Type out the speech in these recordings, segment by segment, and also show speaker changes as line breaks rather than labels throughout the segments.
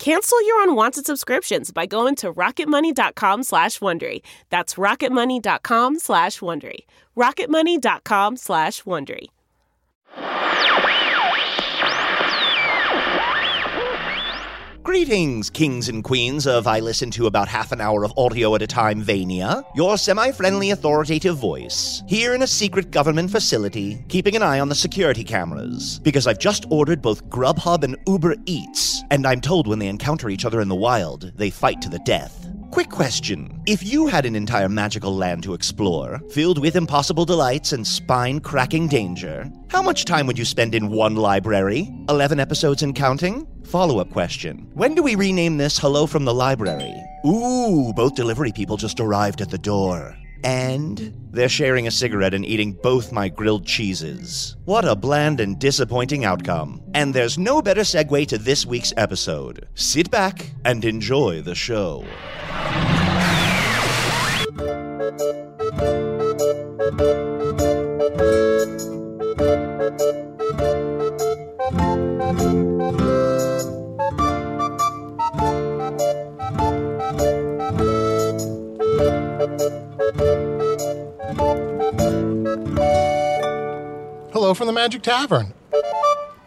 Cancel your unwanted subscriptions by going to rocketmoney.com slash Wondery. That's rocketmoney.com slash Wondery. rocketmoney.com slash Wondery.
Greetings, kings and queens of I listen to about half an hour of audio at a time, Vania. Your semi friendly authoritative voice. Here in a secret government facility, keeping an eye on the security cameras. Because I've just ordered both Grubhub and Uber Eats, and I'm told when they encounter each other in the wild, they fight to the death. Quick question. If you had an entire magical land to explore, filled with impossible delights and spine cracking danger, how much time would you spend in one library? 11 episodes and counting? Follow up question. When do we rename this Hello from the Library? Ooh, both delivery people just arrived at the door. And they're sharing a cigarette and eating both my grilled cheeses. What a bland and disappointing outcome. And there's no better segue to this week's episode. Sit back and enjoy the show.
Hello from the Magic Tavern,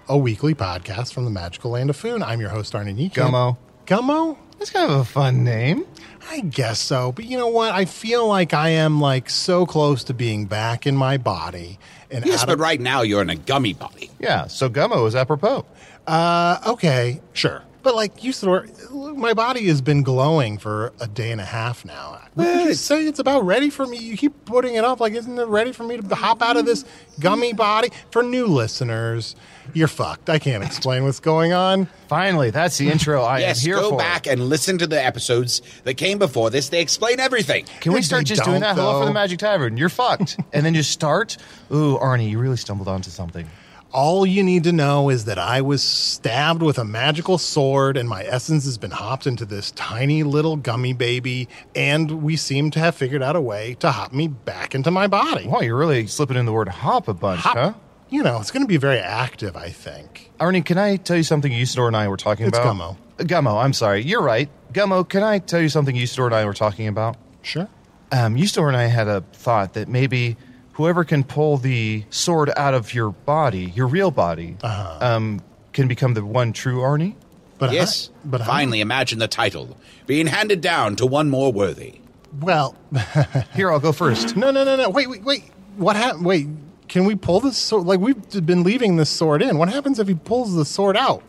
a weekly podcast from the magical land of Foon. I'm your host, Arne Nietzsche.
Gummo.
Gummo?
That's kind of a fun name.
I guess so. But you know what? I feel like I am like so close to being back in my body. And
Yes,
out
but
of,
right now you're in a gummy body.
Yeah, so Gummo is apropos.
uh, okay, sure. But like you sort my body has been glowing for a day and a half now. Would you say it's about ready for me? You keep putting it off. Like, isn't it ready for me to hop out of this gummy body? For new listeners, you're fucked. I can't explain what's going on.
Finally, that's the intro I
yes,
am here
go
for.
back and listen to the episodes that came before this. They explain everything.
Can we
Yes,
start
they
just
don't,
doing that? Hello for
though.
the Magic Tavern. You're fucked. and then just start. Ooh, Arnie, you really stumbled onto something.
All you need to know is that I was stabbed with a magical sword, and my essence has been hopped into this tiny little gummy baby, and we seem to have figured out a way to hop me back into my body.
Wow, you're really slipping in the word hop a bunch,
Hop-
huh?
You know, it's going to be very active, I think.
Arnie, can I tell you something Usador and I were talking
It's
about?
Gummo.
Gummo, I'm sorry. You're right. Gummo, can I tell you something Usador and I were talking about?
Sure.
Um, Usador and I had a thought that maybe whoever can pull the sword out of your body, your real body,
Uh-huh.
um, can become the one true Arnie.
But I-
yes,
but I-
finally, imagine the title being handed down to one more worthy.
well,
Here, I'll go first.
no, no, no, no. Wait, wait, wait. What happened? Wait, can we pull this sword? Like we've been leaving this sword in. What happens if he pulls the sword out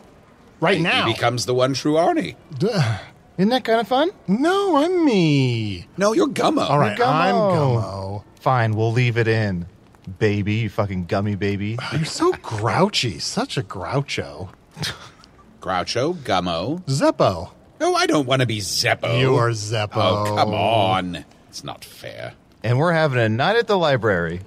right now?
He becomes the one true Arnie.
Duh.
Isn't that kind of fun?
no, I'm me.
No, you're Gummo.
All right, I'm
Gummo.
Gummo.
Fine, we'll leave it in. Baby, you fucking gummy baby.
You're so grouchy, such a groucho.
Groucho, Gummo.
Zeppo. Oh,
No, I don't want to be Zeppo.
You are Zeppo.
Oh, come on. It's not fair.
and we're having a night at the library.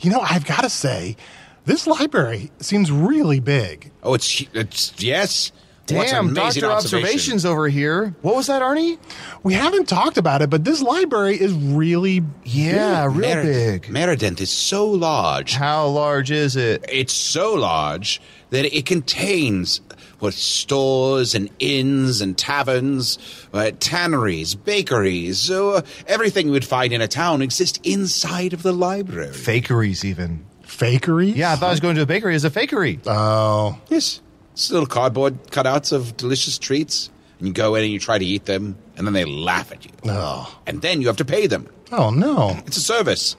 You know, I've got to say, this library seems really big.
Oh, it's it's yes. What's an
Damn,
amazing
Doctor
observation.
Observations over here. What was that, Arnie?
We haven't talked about it, but this library is really
Yeah, real
Meriden-
big.
Merident is so large.
How large is it?
It's so large that it contains what stores and inns and taverns, uh, tanneries, bakeries, so, uh, everything you would find in a town exists inside of the library.
Fakeries, even.
fakery.
Yeah, I thought I was going to a bakery as a fakery.
Oh,
Yes, it's little cardboard cutouts of delicious treats, and you go in and you try to eat them, and then they laugh at you,
oh,
and then you have to pay them.
oh no!
It's a service.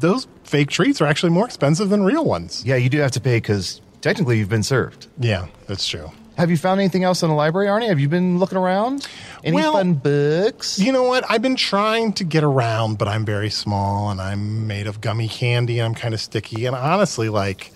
Those fake treats are actually more expensive than real ones.
yeah, you do have to pay because technically you've been served.
Yeah, that's true.
Have you found anything else in the library, Arnie? Have you been looking around? Any
Well,
fun books?
You know what? I've been trying to get around, but I'm very small and I'm made of gummy candy and I'm kind of sticky. And honestly, like,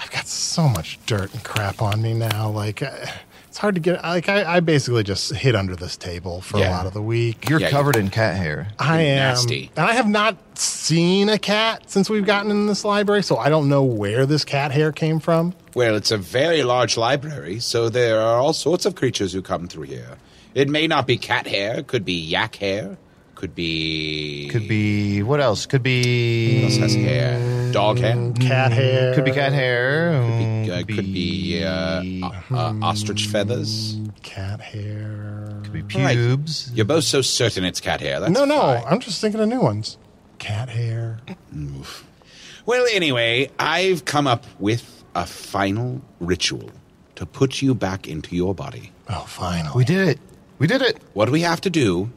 I've got so much dirt and crap on me now. Like, I- it's hard to get. Like, I, I basically just hid under this table for a
Yeah.
lot of the week.
You're
Yeah, you-
covered in cat hair.
I am,
nasty.
and I have not seen a cat since we've gotten in this library, so I don't know where this cat hair came from.
Well, it's a very large library, so there are all sorts of creatures who come through here. It may not be cat hair, it could be yak hair, could be
Could be what else? Could
what else
be
has hair? Dog hair.
Cat hair
could be cat hair.
Be- uh, could be uh, o- uh, ostrich feathers.
Cat hair.
Could be mm, pubes.
You're both so certain it's cat hair. That's
no, no,
fine.
I'm just thinking of new ones. Cat hair.
Well, anyway, I've come up with a final ritual to put you back into your body.
Oh, finally.
We did it. We did it.
What we have to do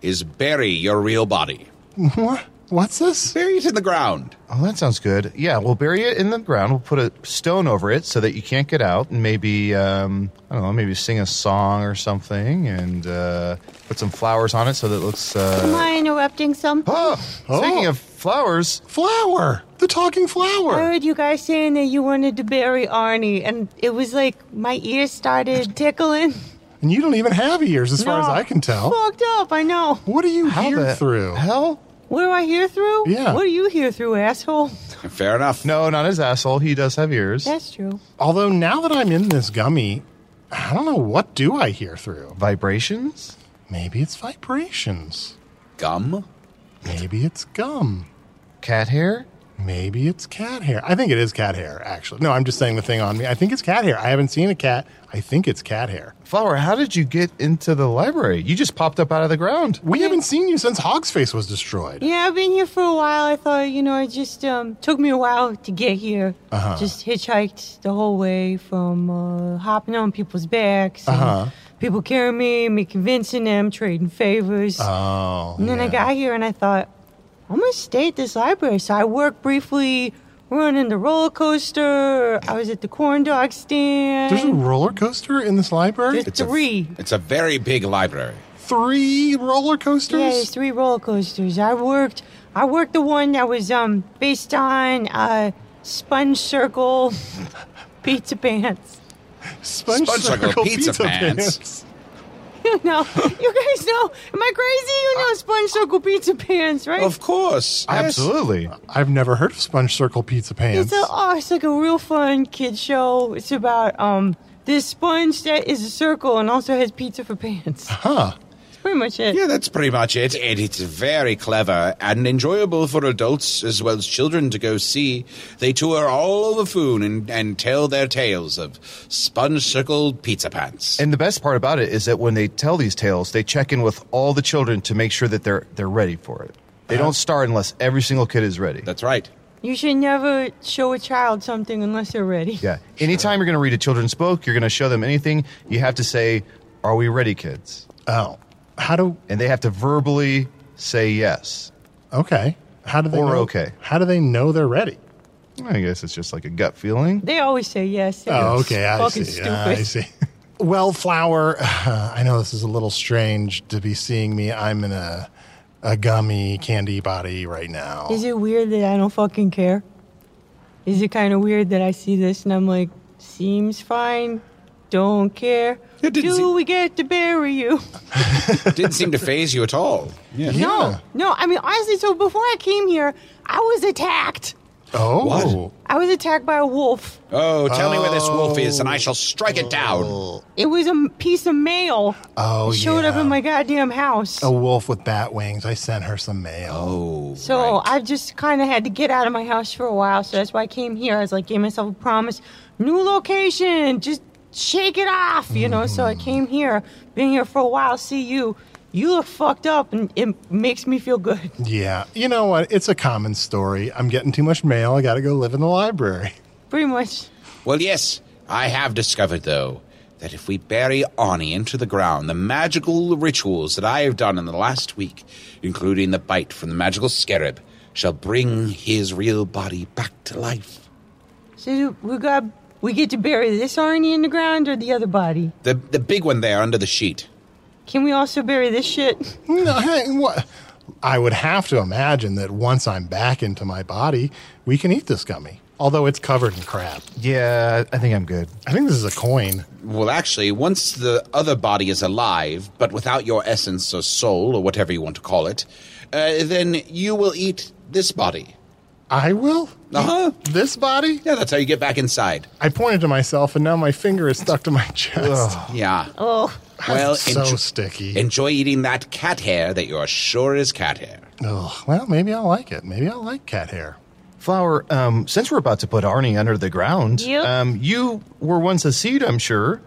is bury your real body.
What? What's this?
Bury it in the ground.
Oh, that sounds good. Yeah, we'll bury it in the ground. We'll put a stone over it so that you can't get out, and maybe um, I don't know, maybe sing a song or something, and uh, put some flowers on it so that it looks.
Am
Uh,
I interrupting something?
oh, speaking
Oh.
of flowers,
Flower. The talking flower.
I heard you guys saying that you wanted to bury Arnie, and it was like my ears started tickling.
and you don't even have ears, as far as
No.
I can tell.
Fucked up, I know.
What do you
how
hear
the
through?
hell?
What do I hear through?
Yeah.
What do you hear through, asshole?
Fair enough.
No, not his asshole. He does have ears.
That's true.
Although now that I'm in this gummy, I don't know what do I hear through.
Vibrations.
Maybe it's vibrations.
Gum?
Maybe it's gum.
Cat hair.
Maybe it's cat hair. I think it is cat hair, actually. No, I'm just saying the thing on me. I think it's cat hair. I haven't seen a cat. I think it's cat hair.
Flower, how did you get into the library? You just popped up out of the ground.
We haven't seen you since Hogsface was destroyed.
Yeah, I've been here for a while. I thought, you know, it just um, took me a while to get here. Uh-huh. Just hitchhiked the whole way from uh, hopping on people's backs. and
Uh-huh.
People carrying me, me convincing them, trading favors.
Oh.
And then I got here and I thought, I'm gonna stay at this library. So I worked briefly running the roller coaster. I was at the corn dog stand.
There's a roller coaster in this library?
There's three.
It's a very big library.
Three roller coasters?
yeah, there's three roller coasters. I worked. I worked the one that was um based on uh, Sponge Circle Pizza Pants.
Sponge,
Sponge Circle Pizza Pants.
You know, you guys know. Am I crazy? You know Sponge Circle Pizza Pants, right?
Of course. yes.
Absolutely.
I've never heard of Sponge Circle Pizza Pants.
It's a, oh, it's like a real fun kid show. It's about um this sponge that is a circle and also has pizza for pants.
huh.
That's pretty much it.
Yeah, that's pretty much it. And it's very clever and enjoyable for adults as well as children to go see. They tour all over Foon and, and tell their tales of sponge circled pizza pants.
And the best part about it is that when they tell these tales, they check in with all the children to make sure that they're they're ready for it. They don't start unless every single kid is ready.
that's right.
You should never show a child something unless they're ready.
yeah. Anytime you're going to read a children's book, you're going to show them anything, you have to say, "Are we ready, kids?"
Oh. How do.
And they have to verbally say yes.
Okay. How do they
Or
know?
okay.
How do they know they're ready?
I guess it's just like a gut feeling.
They always say yes.
Oh,
Yes.
okay. I
Fucking
see.
stupid.
I see. Well, Flower, I know this is a little strange to be seeing me. I'm in a a gummy candy body right now.
Is it weird that I don't fucking care? Is it kind of weird that I see this and I'm like, seems fine? Don't care.
It didn't
Do
seem-
we get to bury you?
Didn't seem to phase you at all. Yeah.
No, no. I mean, honestly, so before I came here, I was attacked.
Oh,
What?
I was attacked by a wolf.
Oh, tell me where this wolf is, and I shall strike it down.
It was a m- piece of mail.
Oh,
It showed up
yeah. Oh,
in my goddamn house.
a wolf with bat wings. I sent her some mail.
Oh,
So
right.
I just kind of had to get out of my house for a while. So that's why I came here. I was like, gave myself a promise, new location, just shake it off, you know. So I came here, been here for a while. See you. You look fucked up, and it makes me feel good.
Yeah, you know what? It's a common story. I'm getting too much mail. I got to go live in the library.
Pretty much.
Well, yes, I have discovered, though, that if we bury Arnie into the ground, the magical rituals that I have done in the last week, including the bite from the magical scarab, shall bring his real body back to life.
So we got we get to bury this Arnie in the ground or the other body.
The, the big one there under the sheet.
Can we also bury this shit?
No, hey, what? I would have to imagine that once I'm back into my body, we can eat this gummy. Although it's covered in crap.
Yeah, I think I'm good.
I think this is a coin.
Well, actually, once the other body is alive, but without your essence or soul or whatever you want to call it, uh, then you will eat this body.
I will?
Uh huh.
This body?
Yeah, that's how you get back inside.
I pointed to myself, and now my finger is stuck to my chest.
Yeah.
Oh,
Well,
so
enjo-
sticky.
enjoy eating that cat hair that you are sure is cat hair.
Ugh, well, maybe I'll like it. Maybe I'll like cat hair.
Flower, um, since we're about to put Arnie under the ground,
Yep.
um, you were once a seed, I'm sure.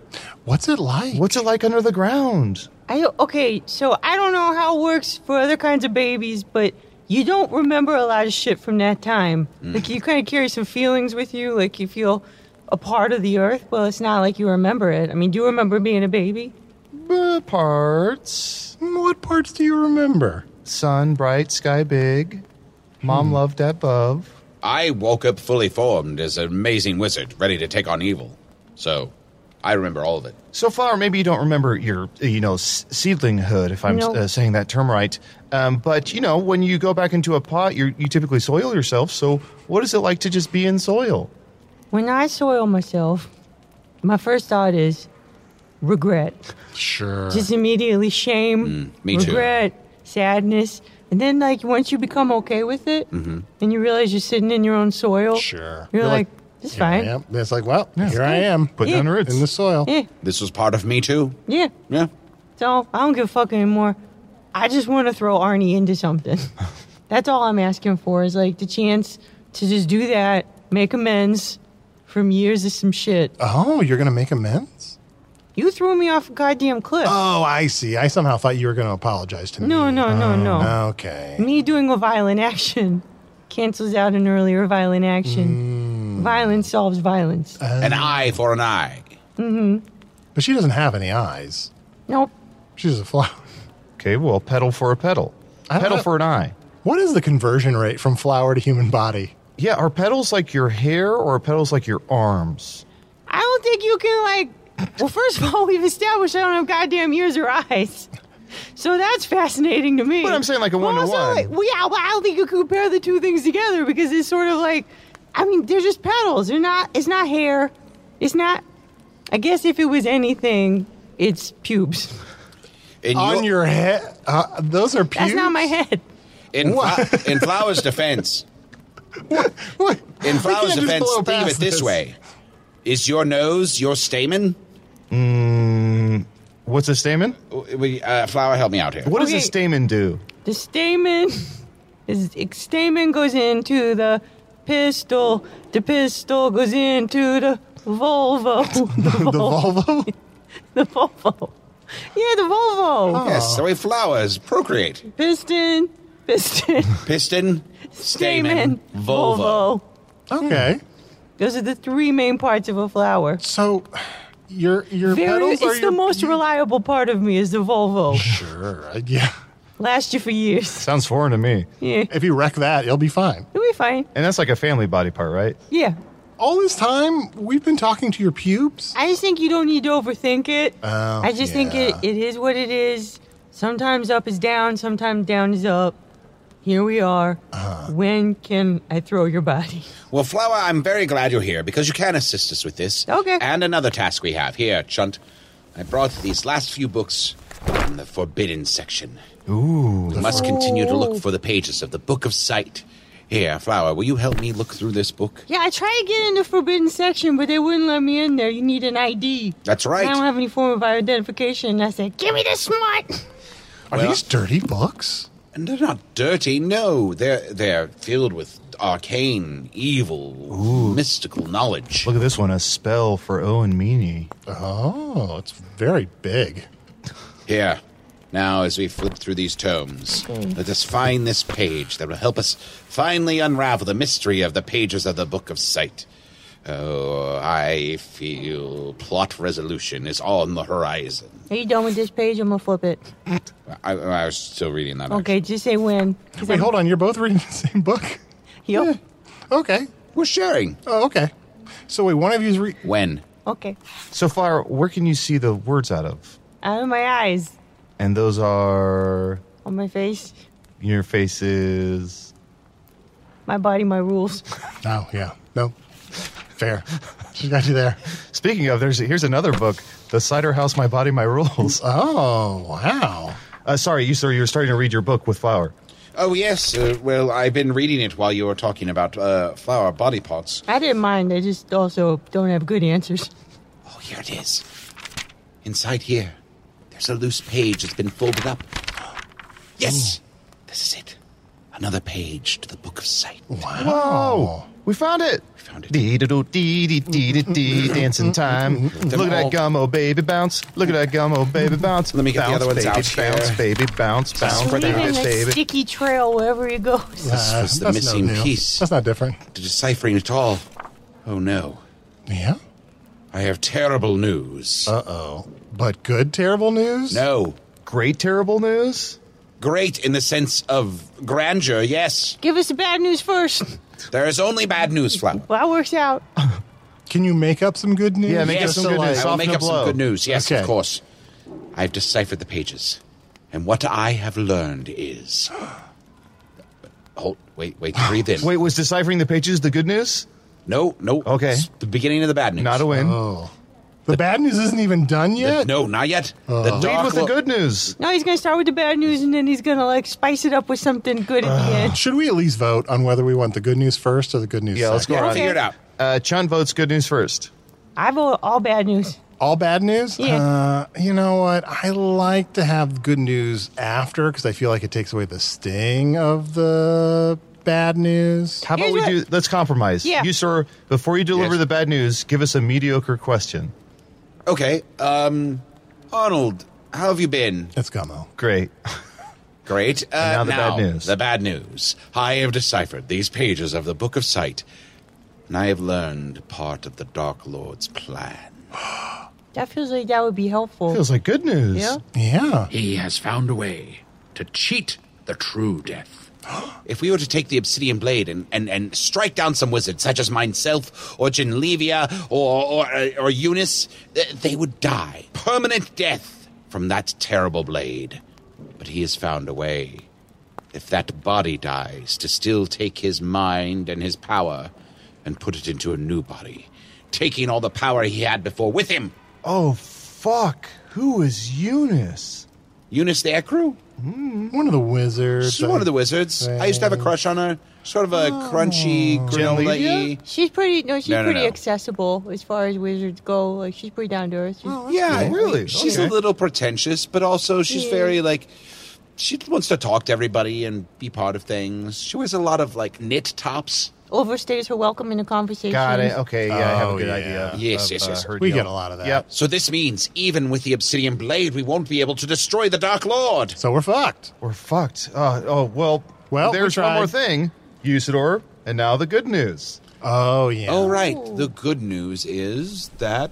What's it like?
What's it like under the ground?
I okay. So I don't know how it works for other kinds of babies, but you don't remember a lot of shit from that time.
Mm.
Like you kind of carry some feelings with you. Like you feel a part of the earth. Well, it's not like you remember it. I mean, do you remember being a baby?
Uh, parts.
Hmm, What parts do you remember?
Sun bright, sky big.
Hmm.
Mom loved above.
I woke up fully formed as an amazing wizard, ready to take on evil. So, I remember all of it.
So, Flower, maybe you don't remember your, you know, s- seedlinghood, if I'm
No.
uh, saying that term right. Um, but, you know, when you go back into a pot, you you typically soil yourself. So, what is it like to just be in soil?
When I soil myself, my first thought is regret.
Sure.
Just immediately shame,
Mm, me too.
regret, sadness, and then like once you become okay with it,
Mm-hmm.
and you realize you're sitting in your own soil.
Sure.
You're,
You're like,
like, it's
Here I
fine.
am. It's like, well, here I am.
Putting
Yeah.
down roots.
in the soil.
Yeah,
This was part of me too.
yeah.
Yeah.
So I don't give a fuck anymore. I just want to throw Arnie into something. That's all I'm asking for is like the chance to just do that, make amends from years of some shit.
Oh, you're going to make amends?
You threw me off a goddamn cliff.
Oh, I see. I somehow thought you were going to apologize to me.
no, no, no, no.
Okay.
Me doing a violent action cancels out an earlier violent action. Violence solves violence.
An eye for an eye.
But she doesn't have any eyes.
nope.
She's a flower.
okay, well, petal for a petal.
I don't
Petal
know.
for an eye.
What is the conversion rate from flower to human body?
Yeah, are petals like your hair or are petals like your arms?
I don't think you can like. Well, first of all, we've established I don't have goddamn ears or eyes, so that's fascinating to me.
But I'm saying, like, a
Well, also,
one-to-one.
like, well, yeah, well, I don't think you can compare the two things together because it's sort of like, I mean, they're just petals. They're not. It's not hair. It's not. I guess if it was anything, it's pubes.
In
On your head? Uh, those are pubes?
That's not my head.
in, Fla- in Flower's defense,
What?
in
We
Flower's
can't just
defense,
blow
think of it
past
this, way: Is your nose your stamen?
What's a stamen?
W- we- Uh, Flower, help me out here.
What does
Okay.
a stamen do?
The stamen is stamen goes into the pistol. The pistol goes into the Volvo.
The Volvo?
The Volvo. Yeah, the Volvo.
Oh.
Yes, the way flowers procreate.
Piston, piston,
Piston,
stamen,
stamen, Volvo.
Volvo.
Okay.
Those are the three main parts of a flower.
So your your
Very,
pedals
it's
are
the
your,
most reliable part of me is the Volvo.
Sure. uh, Yeah.
Lasts you for years.
Sounds foreign to me.
Yeah,
If you wreck that, you'll be fine.
it'll be fine.
And that's like a family body part, right?
Yeah,
All this time we've been talking to your pubes.
I just think you don't need to overthink it.
Oh,
I just think
yeah.
it, it is what it is. Sometimes up is down, sometimes down is up. Here we are.
Uh-huh.
When can I throw your body?
Well, Flower, I'm very glad you're here because you can assist us with this.
Okay.
And another task we have. Here, Chunt. I brought these last few books from the Forbidden section. Ooh. We must continue to look for the pages of the Book of Sight. Here, Flower, will you help me look through this book?
Yeah, I tried to get in the forbidden section, but they wouldn't let me in there. You need an ID.
That's right.
I don't have any form of identification. And I said, give me the smart.
Are
Well-
these dirty books?
And they're not dirty, no. They're they're filled with arcane, evil, mystical knowledge.
Look at this one, a spell for Owen Meany.
Oh, it's very big.
Here. Now, as we flip through these tomes, let us find this page that will help us finally unravel the mystery of the pages of the Book of Sight. Oh, I feel plot resolution is on the horizon.
Are you done with this page? I'm going to flip it.
I, I was still reading that.
Okay, just say when. 'cause
Wait,
I'm-
hold on. You're both reading the same book?
Yep.
Okay.
actually. We're sharing.
Oh, okay. So wait, one of you's re-
When?
Okay.
So, Flower, where can you see the words out of?
Out of my eyes.
And those are
On my face.
your faces.
My body, my rules.
Oh, yeah. No. Fair. She got you there.
Speaking of, there's here's another book, The Cider House, My Body, My Rules.
Oh, wow.
Uh, sorry, you sir, you were starting to read your book with Flower.
Oh, yes. Uh, well, I've been reading it while you were talking about uh, flower body parts.
I didn't mind. I just also don't have good answers.
Oh, here it is. Inside here, there's a loose page that's been folded up. Yes!
Oh.
This is it. Another page to the Book of Sight.
Whoa! We found it. We
Oh, found it.
Dee doo dee dee dee dee dee. Dancing time. Look at that gummo, baby bounce. Look at that gummo, baby bounce.
Let me get the
bounce,
other ones
baby,
out here.
Bounce, baby, bounce, bounce,
Leaving a
bounce, baby.
sticky trail wherever he goes.
This
Uh,
was
that's
the
no
missing
new.
piece
That's not different.
to deciphering it all. Oh no.
Yeah.
I have terrible news.
Uh oh. But good, terrible news?
no.
Great, terrible news.
Great in the sense of grandeur, yes.
Give us the bad news first.
There is only bad news, Flower.
Well, that works out.
Can you make up some good news?
Yeah, make
yes,
up some good news.
I will
Soften
make
the
up
blow.
some good news. Yes,
Okay.
of course. I've deciphered the pages, and what I have learned is. Hold, wait, wait, breathe in.
Wait, was deciphering the pages the good news?
no, no.
Okay.
it's the beginning of the bad news.
Not a win.
Oh.
The bad news isn't even done
The-
yet?
no, not yet. the
Lead
dark
with the
lo-
good news.
No, he's gonna start with the bad news and then he's gonna like spice it up with something good at the end.
Should we at least vote on whether we want the good news first or the good news
Yeah, let's
second?
go around.
Figure it out.
Uh, Chun votes good news first.
I vote all bad news.
All bad news?
Yeah.
Uh, you know what? I like to have good news after because I feel like it takes away the sting of the bad news.
How about
Here's
we
what-
do? Let's compromise.
Yeah.
You sir, before you deliver
Yes.
the bad news, give us a mediocre question.
Okay. Um, Arnold, how have you been?
It's gummo.
Great.
Great.
now
Uh,
the bad news.
The bad news. I have deciphered these pages of the Book of Sight, and I have learned part of the Dark Lord's plan.
That feels like that would be helpful.
Feels like good news.
yeah.
Yeah.
He has found a way to cheat the true death.
If we were to take the obsidian blade and, and, and strike down some wizards, such as myself or Genlevia or, or, uh, or Eunice, th- they would die. Permanent death from that terrible blade. But he has found a way, if that body dies, to still take his mind and his power and put it into a new body, taking all the power he had before with him.
Oh fuck! Who is Eunice?
Eunice the Ecru?
One of the wizards.
She's one of the wizards. I used to have a crush on her. Sort of a
Oh.
crunchy, granola
She's pretty no, she's
No, no,
pretty
no.
accessible as far as wizards go. Like she's pretty down to earth. She's,
Yeah,
cool. Oh, Really?
She's
Okay.
a little pretentious, but also she's very like she wants to talk to everybody and be part of things. She wears a lot of like knit tops.
overstays her welcome in a conversation.
Got it. Okay. Yeah, I have
Oh,
a good
yeah.
idea. of,
Yes,
uh,
yes, yes.
her
We
deal.
get a lot of that.
Yep.
So this means even with the obsidian blade, we won't be able to destroy the Dark Lord.
So we're fucked.
We're fucked. Uh, oh well.
Well, we
there's one
tried.
more thing, Usador, and now the good news.
Oh, yeah.
Oh right. The good news is that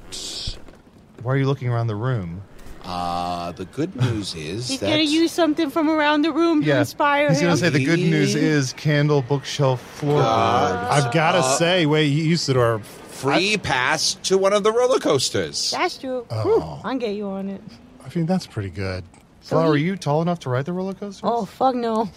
Why are you looking around the room?
uh the good news is
He's
that
gonna use something from around the room to inspire
He's
him.
gonna say the good news
Yeah.
is candle bookshelf floorboard.
I've got to
Uh,
say, wait, you used it or.
free pass to one of the roller coasters.
That's true.
"Oh."
I'll get you on it.
I mean, that's pretty good.
So
Flower, are
he-
you tall enough to ride the roller coaster?
Oh fuck no.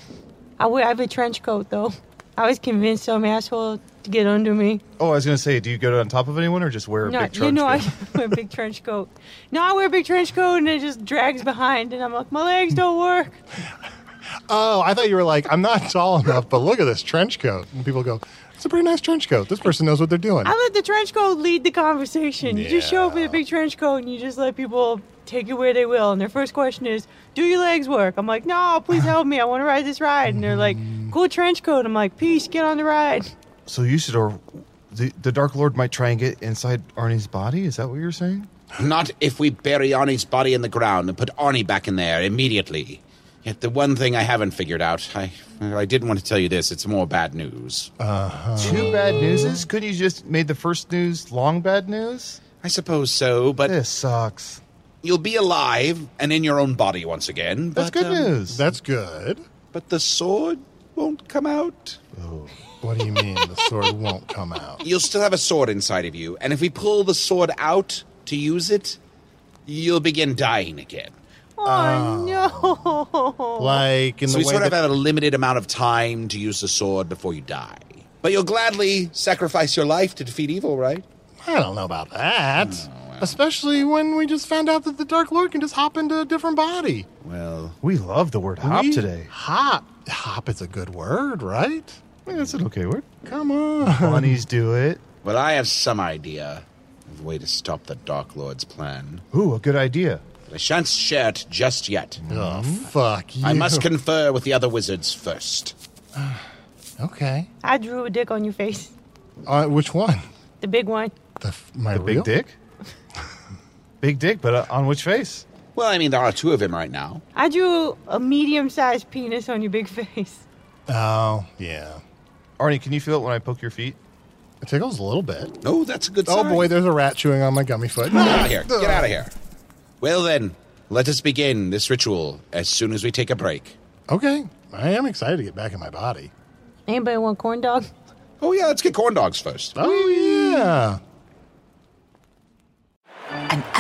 I wear I have a trench coat though. I was convinced some asshole to get under me.
Oh, I was gonna say, do you go on top of anyone or just wear a
No,
big trench
you know I
coat?
wear a big trench coat. No, I wear a big trench coat and it just drags behind, and I'm like, my legs don't work.
Oh, I thought you were like, I'm not tall enough, but look at this trench coat. And people go, it's a pretty nice trench coat. This person knows what they're doing.
I let the trench coat lead the conversation. You just show up with a big trench coat and you just let people take it where they will. And their first question is, "Do your legs work?" I'm like, "No, please help me. I want to ride this ride." And they're like,
Mm.
"Cool trench coat." I'm like, "Peace, get on the ride."
So Usador, the, the Dark Lord might try and get inside Arnie's body. Is that what you're saying?
Not if we bury Arnie's body in the ground and put Arnie back in there immediately. Yet the one thing I haven't figured out, I, I didn't want to tell you this, it's more bad news.
Two bad newses? Couldn't you just made the first news long bad news?
I suppose so, but
This sucks.
you'll be alive and in your own body once again.
That's
But,
good
um,
news.
That's good.
But the sword won't come out.
What do you mean the sword won't come out?
You'll still have a sword inside of you, and if we pull the sword out to use it, you'll begin dying again.
Ah.
Oh, no.
Like in
So
the
we
way
sort of
that-
have a limited amount of time to use the sword before you die. But you'll gladly sacrifice your life to defeat evil, right?
I don't know about that. Especially when we just found out that the Dark Lord can just hop into a different body.
Well,
we love the word hop
We-
today.
Hop. Hop is a good word, right?
Yeah, that's an okay word.
Come on.
Bunnies do it.
well, I have some idea of a way to stop the Dark Lord's plan.
Ooh, a good idea.
But I shan't share it just yet.
Oh, fuck you.
I must confer with the other wizards first.
Okay.
I drew a dick on your face,
Uh, which one?
the big one.
The f- my
The
real-
big dick? big dick, but uh, on which face?
Well, I mean, there are two of him right now.
I drew a medium-sized penis on your big face.
Oh yeah,
Arnie, can you feel it when I poke your feet?
it tickles a little bit.
Oh, that's a good
Oh
sign.
boy, there's a rat chewing on my gummy foot.
Get out of here. Get out of here. Well, then, let us begin this ritual as soon as we take a break.
Okay, I am excited to get back in my body.
Anybody want corn dog?
Oh, yeah, let's get corn dogs first.
Oh yeah.
An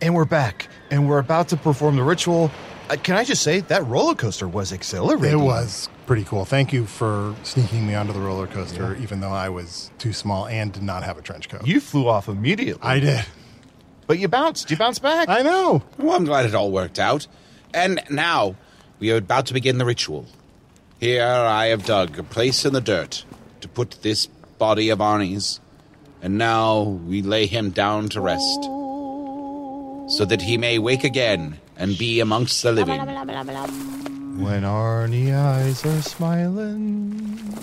And we're back, and we're about to perform the ritual. Uh, can I just say that roller coaster was
It
exhilarating?
was pretty cool. Thank you for sneaking me onto the roller coaster, even though I was too small and did not have a trench coat.
You flew off immediately,
I did.
but you bounced. You bounced back.
I know.
Well, I'm glad it all worked out. And now we are about to begin the ritual. Here I have dug a place in the dirt to put this body of Arnie's, and now we lay him down to rest, so that he may wake again and be amongst the living.
When Arnie eyes are smiling.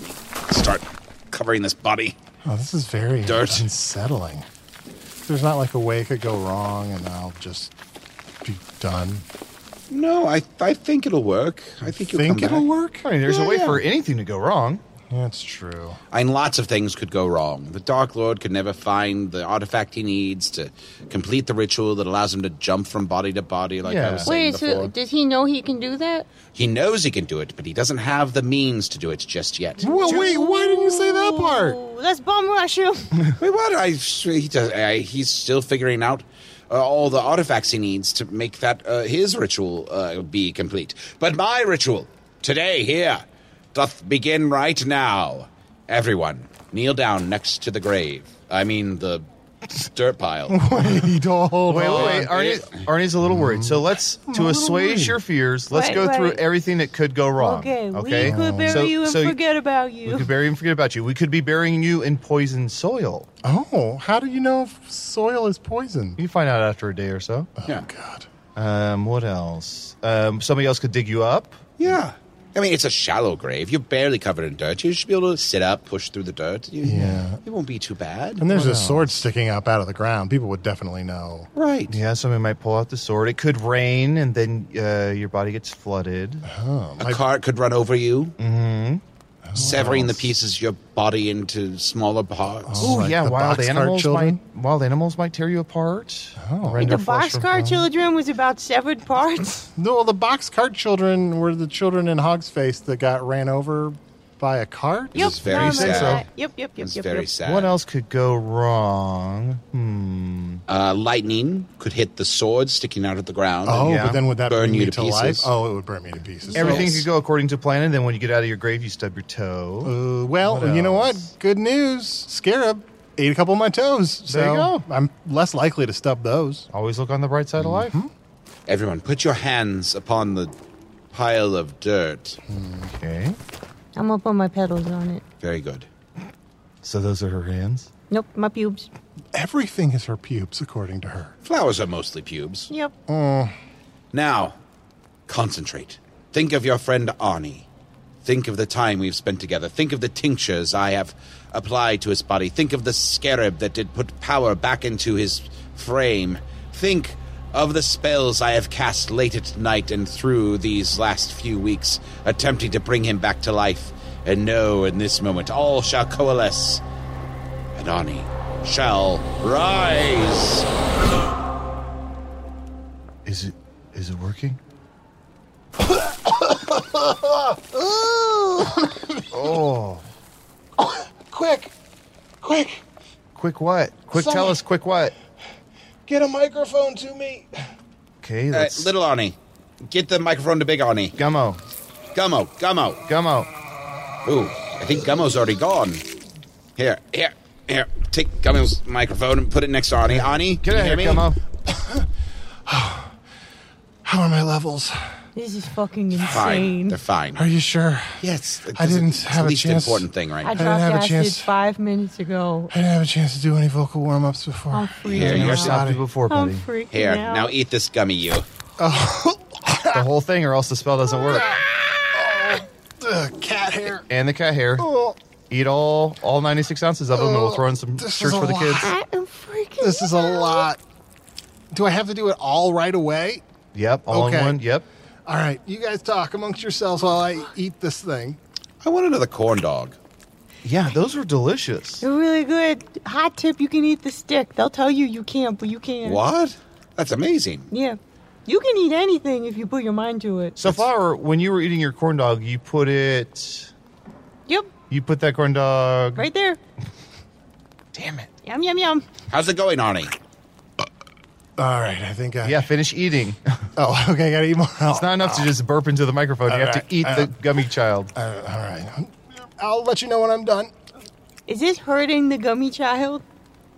Start covering this body.
Oh, this is very
Dirt.
unsettling. There's not like a way it could go wrong, and I'll just be done.
No, I I think it'll work. I think you'll
Think
come
it'll
back.
work?
I mean, there's
Yeah,
a way
yeah.
for anything to go wrong.
That's true.
And lots of things could go wrong. The Dark Lord could never find the artifact he needs to complete the ritual that allows him to jump from body to body, like I
Yeah.
was saying
Wait,
before.
so does he know he can do that?
He knows he can do it, but he doesn't have the means to do it just yet.
Well, wait, why didn't you say that part?
Ooh, let's bum rush him.
Wait, what? I, he does, I, he's still figuring out uh, all the artifacts he needs to make that uh, his ritual uh, be complete. But my ritual today here doth begin right now. Everyone, kneel down next to the grave. I mean the dirt pile.
Wait, hold
Wait,
on.
wait,
Oh,
wait. Arnie, Arnie's a little worried.
Mm-hmm.
So let's to assuage your fears. Let's
Wait,
go through
wait.
everything that could go wrong.
Okay,
Okay. Um,
we could bury
So-
you and
so
forget about
We could
you.
bury and forget about you. We could be burying you in poisoned soil.
Oh, how do you know if soil is poison? Oh,
You find out after a day or so.
Yeah.
God.
Um, what else? Um, somebody else could dig you up.
Yeah. I mean, it's a shallow grave. You're barely covered in dirt. You should be able to sit up, push through the dirt. You,
Yeah.
It won't be too bad.
And there's a sword sticking up out of the ground. People would definitely know.
Right.
Yeah, somebody might pull out the sword. It could rain, and then uh, your body gets flooded.
A cart could run over you, mm-hmm. severing the pieces of your body into smaller parts.
Oh
like
yeah,
the
wild
boxcar
animals might
children? Uh-huh.
wild animals might tear you apart. Oh,
The boxcar children was about severed parts.
No, well, the boxcart children were the children in Hogsface that got ran over by a cart.
Yep. It's very
I remember
sad.
that. Yep, yep, yep,
It's
yep.
very
yep.
sad.
What else could go wrong? Hmm.
Uh, lightning could hit the sword sticking out of the ground.
Oh,
Yeah.
but then would that
Burn
burn
you
me
to
to, life?
pieces.
Oh, it would burn me to pieces.
Everything
Yes.
could go according to plan, and then when you get out of your grave, you stub your toe.
Uh, well,
What
you know what?
else?
Good news. Scarab ate a couple of my toes. So
There you go.
I'm less likely to stub those.
Always look on the bright side of life.
Everyone, put your hands upon the pile of dirt.
Okay.
I'm gonna put my pedals on it.
Very good.
So those are her hands.
Nope, my pubes.
Everything is her pubes, according to her.
Flowers are mostly pubes.
Yep.
Now, concentrate. Think of your friend Arnie. Think of the time we've spent together. Think of the tinctures I have applied to his body. Think of the scarab that did put power back into his frame. Think of the spells I have cast late at night and through these last few weeks, attempting to bring him back to life. And know in this moment all shall coalesce, and Arnie shall rise.
Is it? Is it working? oh,
Quick, quick,
quick! What? Quick! Tell
Someone-
us! Quick! What?
get a microphone to me.
Okay,
Uh,
that's
little Arnie, get the microphone to Big Arnie.
Gummo.
Gummo, Gummo.
Gummo.
Ooh, I think Gummo's already gone. Here, here, here. Take Gummo's microphone and put it next to Arnie. Arnie,
Get
can you
out here,
hear me?
Gummo.
How are my levels?
This is fucking
Fine,
insane.
they're fine.
Are you sure?
yes,
I didn't
it's
have
the
a
least
chance.
important thing right now.
I
didn't
dropped
have a
acid
chance.
five minutes ago.
I didn't have a chance to do any vocal warm ups before.
I'm
Here,
freaking
you're
Never
out.
stopped you before,
I'm
buddy.
freaking
Here,
out.
now eat this gummy, you.
The whole thing, or else the spell doesn't work.
Ugh, cat hair.
And the cat hair.
Oh,
Eat all all 96 ounces of them, and we'll throw in some
This is
shirts
a
for the
lot.
kids.
I am freaking
this is a
out.
lot. Do I have to do it all right away?
Yep, all
Okay.
in one. Yep.
All right, you guys talk amongst yourselves while I eat this thing.
I want another corn dog.
Yeah, those were delicious.
They're really good. Hot tip: you can eat the stick. They'll tell you you can't, but you can.
What? That's amazing.
Yeah, you can eat anything if you put your mind to it.
So, Flower, when you were eating your corn dog, you put it.
Yep,
You put that corn dog.
right there.
Damn it.
Yum yum yum.
How's it going, Arnie?
All right, I think I.
Yeah, finish eating.
Oh, okay, I gotta eat more.
It's not enough to just burp into the microphone. You have to
Alright,
eat
Uh-huh.
the
alright.
gummy child.
All right, I'll let you know when I'm done.
Is this hurting the gummy child?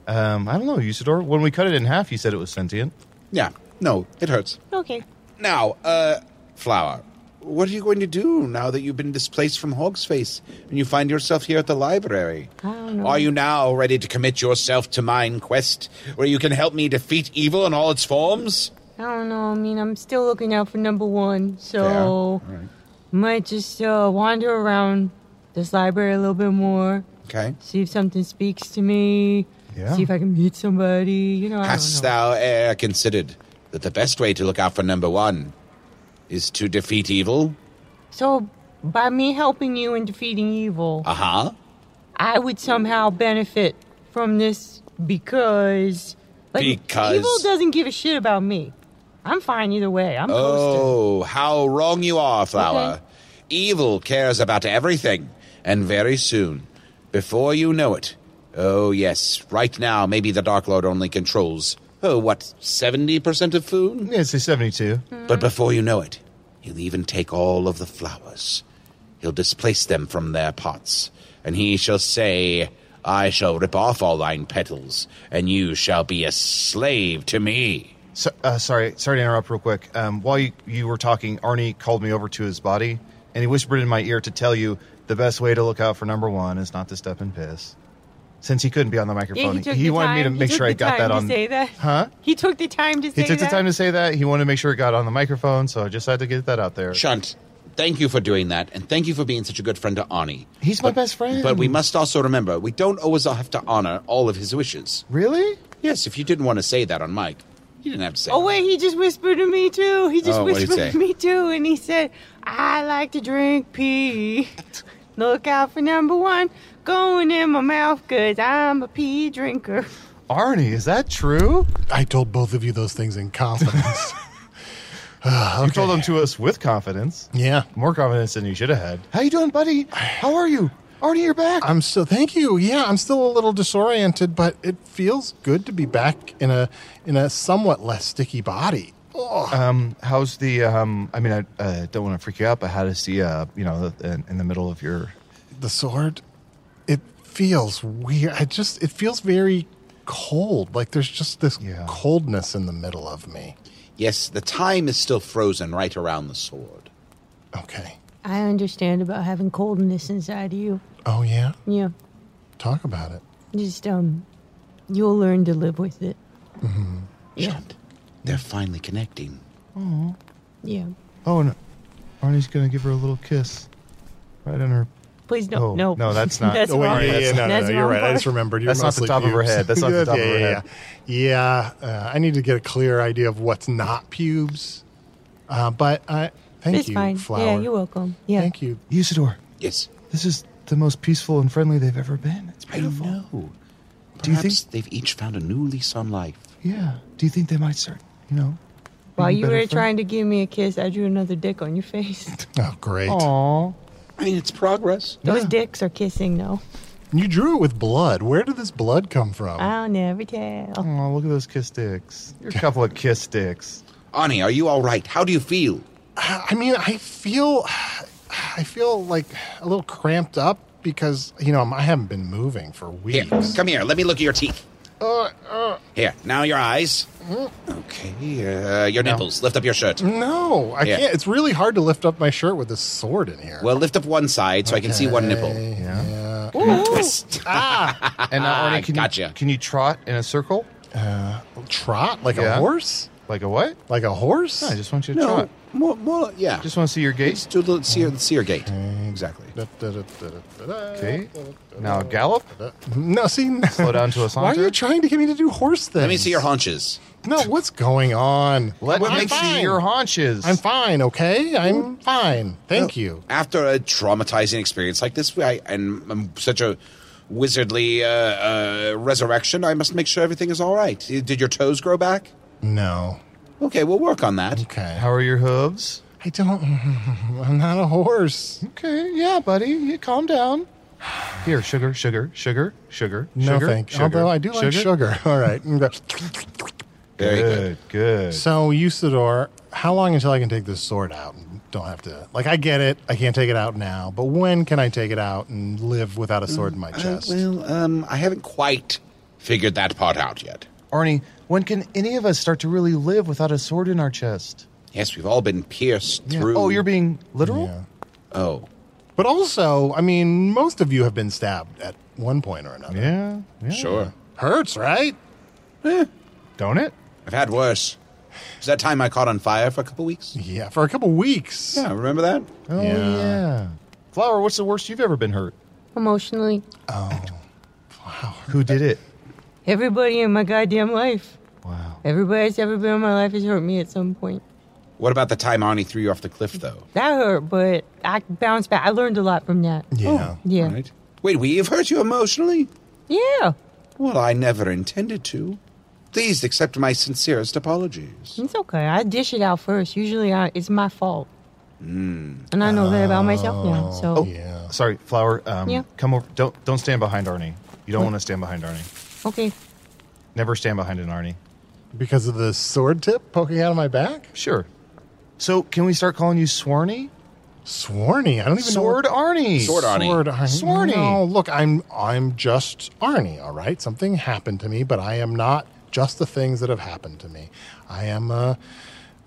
Um, I don't know, Usador. When we cut it in half, you said it was sentient.
Yeah, no, it hurts.
Okay.
Now, uh, Flower, what are you going to do now that you've been displaced from Hogsface and you find yourself here at the library? Are you now ready to commit yourself to mine quest, where you can help me defeat evil in all its forms?
I don't know. I mean, I'm still looking out for number one, so might just uh, wander around this library a little bit more.
Okay.
See if something speaks to me.
Yeah.
See if I can meet somebody. You know, I don't
Hast
know.
thou e'er considered that the best way to look out for number one is to defeat evil?
So, by me helping you in defeating evil,
Uh huh.
I would somehow benefit from this because, like,
Because-
evil doesn't give a shit about me. I'm fine either way. I'm posted.
Oh, how wrong you are, Flower.
Okay.
Evil cares about everything, and very soon, before you know it. Oh, yes, right now, maybe the Dark Lord only controls, oh, what, 70% of food?
Yeah, say 72.
Hmm.
But before you know it, he'll even take all of the flowers. He'll displace them from their pots, and he shall say, I shall rip off all thine petals, and you shall be a slave to me.
So, uh, sorry, sorry to interrupt real quick. Um, while you, you were talking, Arnie called me over to his body, and he whispered in my ear to tell you the best way to look out for number one is not to step in piss. Since he couldn't be on the microphone,
Yeah, he took the
wanted me to
time- he
make
took
sure I
the
got
time
that
to
on.
say that.
Huh?
He took the time to
He
say
took the
that.
time to say that. He wanted to make sure it got on the microphone, so I just had to get that out there.
Shunt, thank you for doing that, and thank you for being such a good friend to Arnie.
He's my best friend.
But we must also remember, we don't always have to honor all of his wishes.
Really?
Yes, if you didn't want to say that on mic, you didn't have to say
Oh
it.
wait, he just whispered to me too. He just
Oh, what'd he
whispered
say?
to me too, and he said, "I like to drink pee. Look out for number one going in my mouth, cause I'm a pee drinker."
Arnie, is that true?
I told both of you those things in confidence.
You told them to us with confidence.
yeah.
More confidence than you should have had. How you doing, buddy? How are you? Arnie, you're back.
I'm still thank you. Yeah, I'm still a little disoriented, but it feels good to be back in a in a somewhat less sticky body.
Um, how's the? Um, I mean, I uh, don't want to freak you out, but how does the? Uh, you know, the, in, in the middle of your.
The sword, it feels weird. I just it feels very cold. Like there's just this
Yeah.
coldness in the middle of me.
Yes, the time is still frozen right around the sword.
Okay.
I understand about having coldness inside of you.
Oh yeah.
Yeah,
Talk about it.
just um, you'll learn to live with it. Yeah,
Shunt, they're finally connecting.
yeah.
Oh, no. Arnie's gonna give her a little kiss, right on her.
Please no,
Oh,
no,
no, that's not-
that's
Oh,
wait,
wrong.
yeah, yeah, no, no,
That's
no, you're
wrong
right. I
part.
just remembered. You were
That's not the
mostly
top of her
pubes.
head. That's not the top of
yeah,
her
yeah,
head.
Yeah, yeah. Uh, I need to get a clear idea of what's not pubes. Uh, but I thank
It's
you,
fine.
flower.
Yeah, you're welcome. Yeah,
Thank you.
Usador,
Yes,
this is the most peaceful and friendly they've ever been. It's
I
beautiful.
know. Perhaps
Do you
they've each found a new lease on life.
Yeah. Do you think they might start? You know.
While you were trying to give me a kiss, I drew another dick on your face.
Oh, great.
Aw.
I mean, it's progress.
Those dicks are kissing, though.
You drew it with blood. Where did this blood come from?
I'll never tell.
Mm.
Oh, look at those kiss sticks. You're a couple of kiss sticks.
Arnie, are you all right? How do you feel?
I mean, I feel, I feel like a little cramped up because you know I'm- I haven't been moving for
Here,
weeks.
come here. Let me look at your teeth. Uh, Here, now your eyes. Mm-hmm. Okay, uh, your nipples. Lift up your shirt.
No, I
Yeah.
can't. It's really hard to lift up my shirt with this sword in here.
Well, lift up one side so I can see one nipple.
yeah. yeah.
Twist.
And now, Arnie, can you
gotcha.
can you trot in a circle
Uh, Trot like
Yeah.
a horse.
like a what?
Like a horse?
I just want you to
No,
trot.
more, more, yeah.
Just want to see your gait.
Just do a little see your, see your gait. Exactly.
Da, da, da, da, da, da,
Okay.
da,
Now gallop.
da. No, see,
Slow down to a saunter.
why are you trying to get me to do horse things?
Let me see your haunches.
No, what's going on?
Let
I'm
me
fine.
see your haunches.
I'm fine, okay? I'm
Mm.
fine. Thank you.
After a traumatizing experience like this, I, and I'm such a wizardly uh, uh, resurrection, I must make sure everything is all right. Did your toes grow back?
No.
Okay, we'll work on that.
Okay.
How are your hooves?
I don't. I'm not a horse.
Okay, yeah, buddy. You calm down. Here, sugar, sugar, sugar, sugar.
No,
sugar,
thank
Sugar,
Although I do like sugar. All right. Mm,
Very good.
Good, good.
so, Usador, how long until I can take this sword out? and Don't have to. Like, I get it. I can't take it out now. But when can I take it out and live without a sword in my chest?
Well, um, I haven't quite figured that part out yet.
Arnie, when can any of us start to really live without a sword in our chest?
Yes, we've all been pierced
Yeah.
through.
Oh, you're being literal?
Yeah.
Oh,
But also, I mean, most of you have been stabbed at one point or another.
Yeah, yeah.
sure.
Hurts, right?
Don't it?
I've had worse. Is that time I caught on fire for a couple weeks?
Yeah, for a couple weeks.
Yeah, remember that?
Oh,
Yeah.
yeah. Flower, what's the worst you've ever been hurt?
Emotionally,
Who did it?
everybody in my goddamn life,
Wow.
everybody that's ever been in my life has hurt me at some point.
What about the time Arnie threw you off the cliff, though?
That hurt, but I bounced back. I learned a lot from that.
Yeah.
Yeah,
Right? Wait, we've hurt you emotionally?
yeah.
Well, I never intended to. Please accept my sincerest apologies.
It's okay. I dish it out first. Usually, I, it's my fault,
Mm.
and I know that about myself now.
Oh.
So,
Yeah.
Oh, Sorry, Flower. Um,
Yeah.
Come over. Don't don't stand behind Arnie. You don't want to stand behind Arnie.
Oh.
okay.
Never stand behind an Arnie.
Because of the sword tip poking out of my back?
Sure. So, can we start calling you Swarny?
Swarny. I don't even
Sword
know.
Arnie.
Sword Arnie.
Sword Arnie.
Swarny.
No, look, I'm I'm just Arnie. All right, something happened to me, but I am not just the things that have happened to me. I am uh,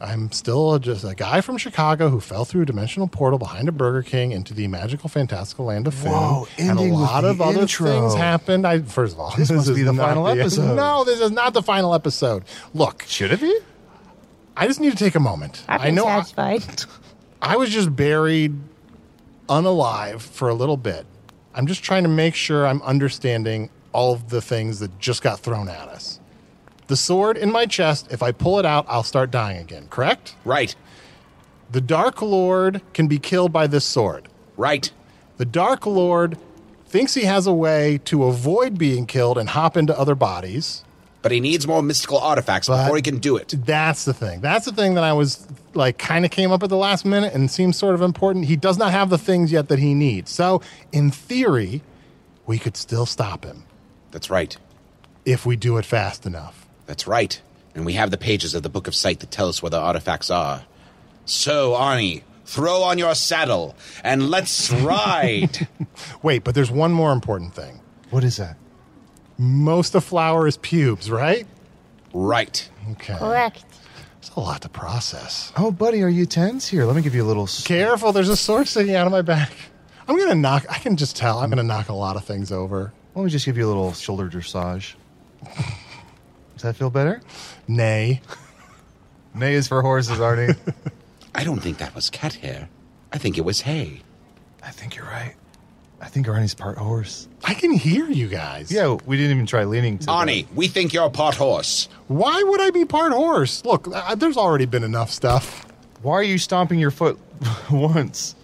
I'm still just a guy from Chicago who fell through a dimensional portal behind a Burger King into the magical, fantastical land of Foon.
Whoa,
and a
ending with
lot
the
of other
intro.
things happened. I first of all, this,
must
is
be the
not
final episode.
No, this is not the final episode. Look,
Should it be?
I just need to take a moment.
I've been
I know. I-
satisfied.
I was just buried unalive for a little bit. I'm just trying to make sure I'm understanding all of the things that just got thrown at us. The sword in my chest, if I pull it out, I'll start dying again, correct?
Right.
The Dark Lord can be killed by this sword.
Right.
The Dark Lord thinks he has a way to avoid being killed and hop into other bodies.
But he needs more mystical artifacts before he can do it.
That's the thing. That's the thing that I was like kind of came up at the last minute and seems sort of important. He does not have the things yet that he needs. So, in theory, we could still stop him
That's right.
if we do it fast enough.
That's right. And we have the pages of the Book of Sight that tell us where the artifacts are. So, Arnie, throw on your saddle and let's ride.
Wait, but there's one more important thing.
What is that?
Most of flower is pubes, right?
right.
Okay.
Correct.
It's a lot to process.
Oh, buddy, are you tense? Here, let me give you a little. s-
Careful, there's a sword sticking out of my back. I'm going to knock I can just tell I'm going to knock a lot of things over.
Let me just give you a little shoulder dressage. Does that feel better?
Nay.
Nay is for horses, Arnie.
I don't think that was cat hair. I think it was hay.
I think you're right. I think Arnie's part horse.
I can hear you guys.
Yeah, we didn't even try leaning to. the-
Arnie, we think you're part horse.
Why would I be part horse? Look, I, there's already been enough stuff.
Why are you stomping your foot once?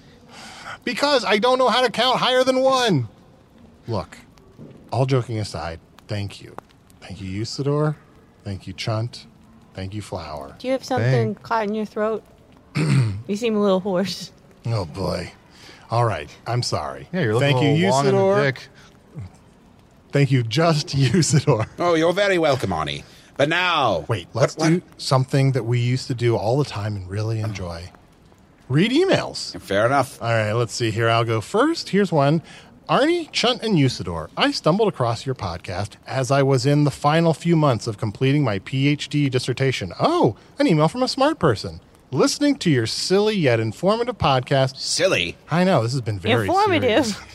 Because I don't know how to count higher than one. Look, all joking aside, thank you. Thank you, Usador. Thank you, Chunt. Thank you, Flower.
Do you have something caught in your throat? you seem a little hoarse.
Oh, boy. All right. I'm sorry.
Yeah, you're looking
Thank
a little
you,
long in the
Usador.
dick.
Thank you, just Usador.
Oh, you're very welcome, Arnie. But now.
Wait, let's
What- what-
do something that we used to do all the time and really enjoy read emails.
Fair enough.
All right, let's see here. I'll go first. Here's one. Arnie, Chunt, and Usador, I stumbled across your podcast as I was in the final few months of completing my PhD dissertation. Oh, an email from a smart person. Listening to your silly yet informative podcast.
Silly.
I know, this has been very
Informative.
serious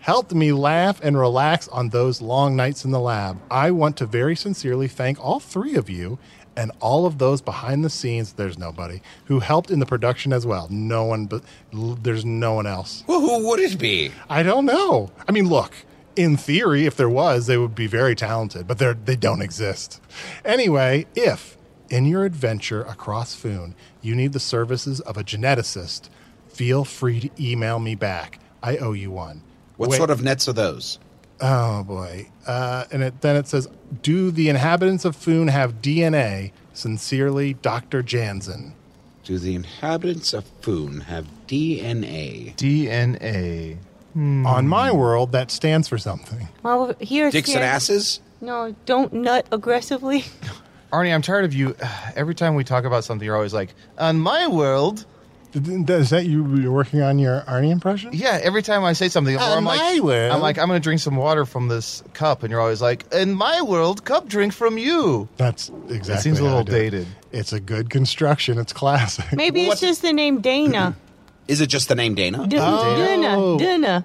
helped me laugh and relax on those long nights in the lab. I want to very sincerely thank all three of you and all of those behind the scenes. There's nobody who helped in the production as well. No one, but l- there's no one else.
Well, who would it be?
I don't know. I mean, look. In theory, if there was, they would be very talented, but they're, they don't exist. Anyway, if in your adventure across Foon you need the services of a geneticist, feel free to email me back. I owe you one.
What
Wait-
sort of nets are those?
Oh boy. Uh, and it, then it says, "Do the inhabitants of Foon have DNA?" Sincerely, Doctor Jansen.
Do the inhabitants of Foon have DNA?
DNA.
On my world, that stands for something.
well, here's
Dicks and
here's-
asses?
No, don't nut aggressively.
Arnie, I'm tired of you. Every time we talk about something, you're always like, "On my world."
Is that you? You're working on your Arnie impression?
Yeah, every time I say something, or
On
I'm like,
my world.
I'm like, I'm gonna drink some water from this cup, and you're always like, "In my world, cup drink from you."
That's exactly.
seems a
how I
little
do it.
dated.
It's a good construction. It's classic.
Maybe
What-
it's just the name Dana.
Is it just the name Dana?
D- Dana. Dana.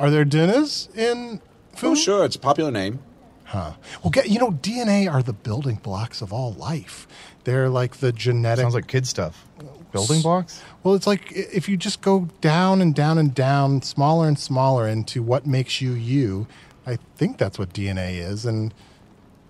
Are there dinners in Foon?
Oh, sure, it's a popular name.
Huh. Well, get you know, DNA are the building blocks of all life. They're like the genetic
Sounds like kid stuff. Building blocks.
Well, it's like i- if you just go down and down and down, smaller and smaller into what makes you you. I think that's what DNA is, and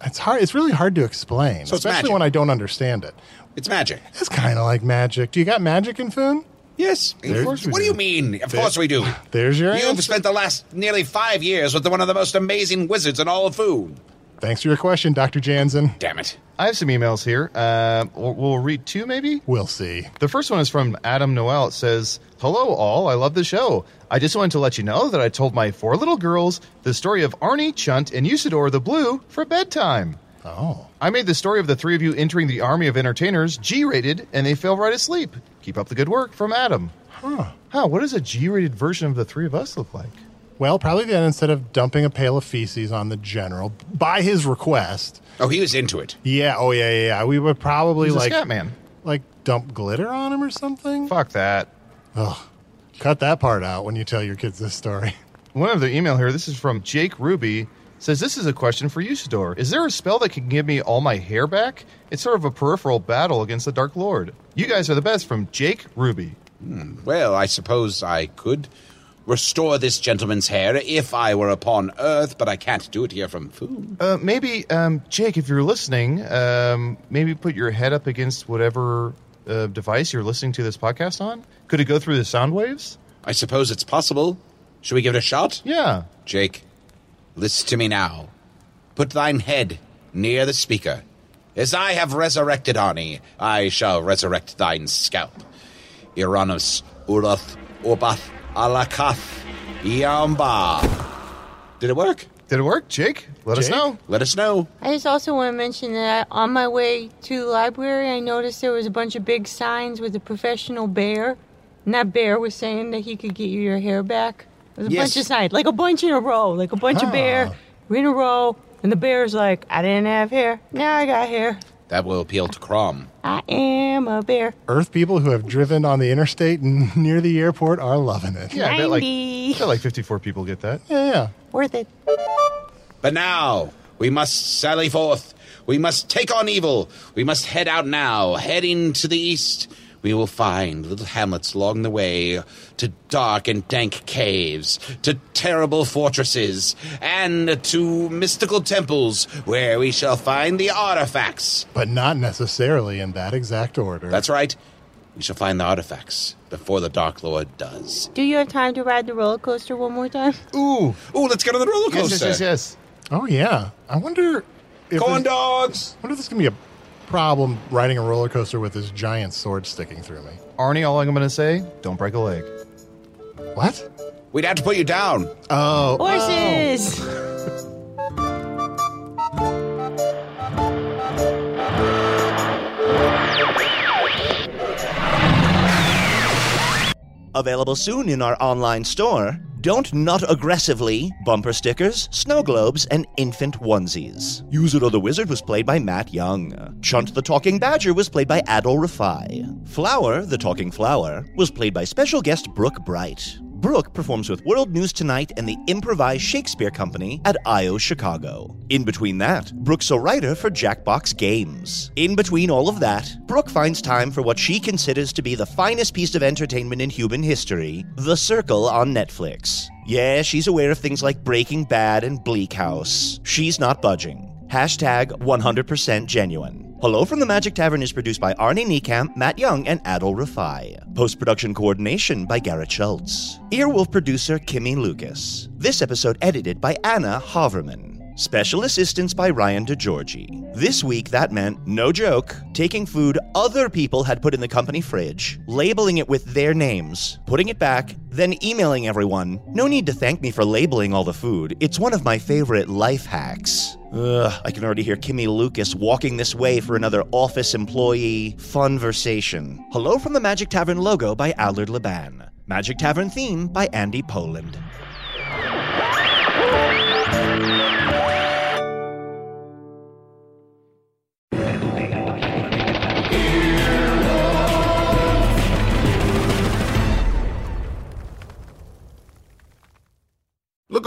it's hard. It's really hard to explain,
So it's
especially
magic.
when I don't understand it.
It's magic.
It's kind of like magic. Do you got magic in Foon?
Yes, of course.
we
what
do.
do you mean? Of course we do.
There's your
You've
answer.
spent the last nearly five years with one of the most amazing wizards in all of Foon.
Thanks for your question, Doctor Jansen.
Damn it!
I have some emails here. Uh, we'll, we'll read two, maybe.
We'll see.
The first one is from Adam Noel. It says, Hello, all. I love the show. I just wanted to let you know that I told my four little girls the story of Arnie, Chunt, and Usador the Blue for bedtime.
Oh,
I made the story of the three of you entering the army of entertainers G rated, and they fell right asleep. Keep up the good work from Adam. Huh, what does a G rated version of the three of us look like?
Well, probably then instead of dumping a pail of feces on the general by his request.
Oh, he was into it.
Yeah, oh yeah, yeah, yeah. We would probably
He's
like
a scat man.
like dump glitter on him or something.
Fuck that.
Cut that part out when you tell your kids this story.
One other email here. This is from Jake Ruby. Says this is a question for you, Sidor. Is there a spell that can give me all my hair back? It's sort of a peripheral battle against the Dark Lord. You guys are the best. From Jake Ruby.
Well, I suppose I could restore this gentleman's hair if I were upon Earth, but I can't do it here from Foon.
Uh, maybe, um, Jake, if you're listening, um, maybe put your head up against whatever uh, device you're listening to this podcast on. Could it go through the sound waves?
I suppose it's possible. Should we give it a shot?
Yeah.
Jake, listen to me now. Put thine head near the speaker. As I have resurrected Arni, I shall resurrect thine scalp. Uranus, Urath, Orbath, Alakath, Yamba. Did it work?
Did it work, Jake? Let us
Jake?
know.
Let us know.
I just also want to mention that I, on my way to the library, I noticed there was a bunch of big signs with a professional bear. And that bear was saying that he could get you your hair back. There's a
Yes.
bunch of signs, like a bunch in a row, like a bunch of bear in a row. And the bear's like, I didn't have hair. Now I got hair.
That will appeal to Crom.
I am a bear.
Earth people who have driven on the interstate and near the airport are loving it.
Yeah, I bet like,
90.
I bet like 54 people get that.
Yeah, yeah.
Worth it.
But now we must sally forth. We must take on evil. We must head out now, heading to the east. We will find little hamlets along the way to dark and dank caves, to terrible fortresses, and to mystical temples where we shall find the artifacts.
But not necessarily in that exact order.
That's right. We shall find the artifacts before the Dark Lord does.
Do you have time to ride the roller coaster one more time?
Ooh.
Ooh, let's get on the roller
Yes, yes,
coaster.
yes, yes.
oh yeah. I wonder if
Go on,
this-
dogs.
I wonder if this is gonna be a problem riding a roller coaster with this giant sword sticking through me.
Arnie, all I'm going to say, don't break a leg.
What?
We'd have to put you down.
Oh,
Horses!
Available soon in our online store. Don't Not Aggressively bumper stickers, snow globes, and infant onesies. User of the Wizard was played by Matt Young. Chunt the Talking Badger was played by Adol Rafai. Flower, the Talking Flower, was played by special guest Brooke Bright. Brooke performs with World News Tonight and the Improvised Shakespeare Company at IO Chicago. In between that, Brooke's a writer for Jackbox Games. In between all of that, Brooke finds time for what she considers to be the finest piece of entertainment in human history The Circle on Netflix. Yeah, she's aware of things like Breaking Bad and Bleak House. She's not budging. Hashtag 100% genuine. Hello from the Magic Tavern is produced by Arnie Niekamp, Matt Young, and Adol Rafai. Post production coordination by Garrett Schultz. Earwolf producer Kimmy Lucas. This episode edited by Anna Haverman. Special assistance by Ryan DeGiorgi. This week, that meant, no joke, taking food other people had put in the company fridge, labeling it with their names, putting it back, then emailing everyone. No need to thank me for labeling all the food. It's one of my favorite life hacks. Ugh, I can already hear Kimmy Lucas walking this way for another office employee funversation. Hello from the Magic Tavern logo by Allard Leban. Magic Tavern theme by Andy Poland.
Look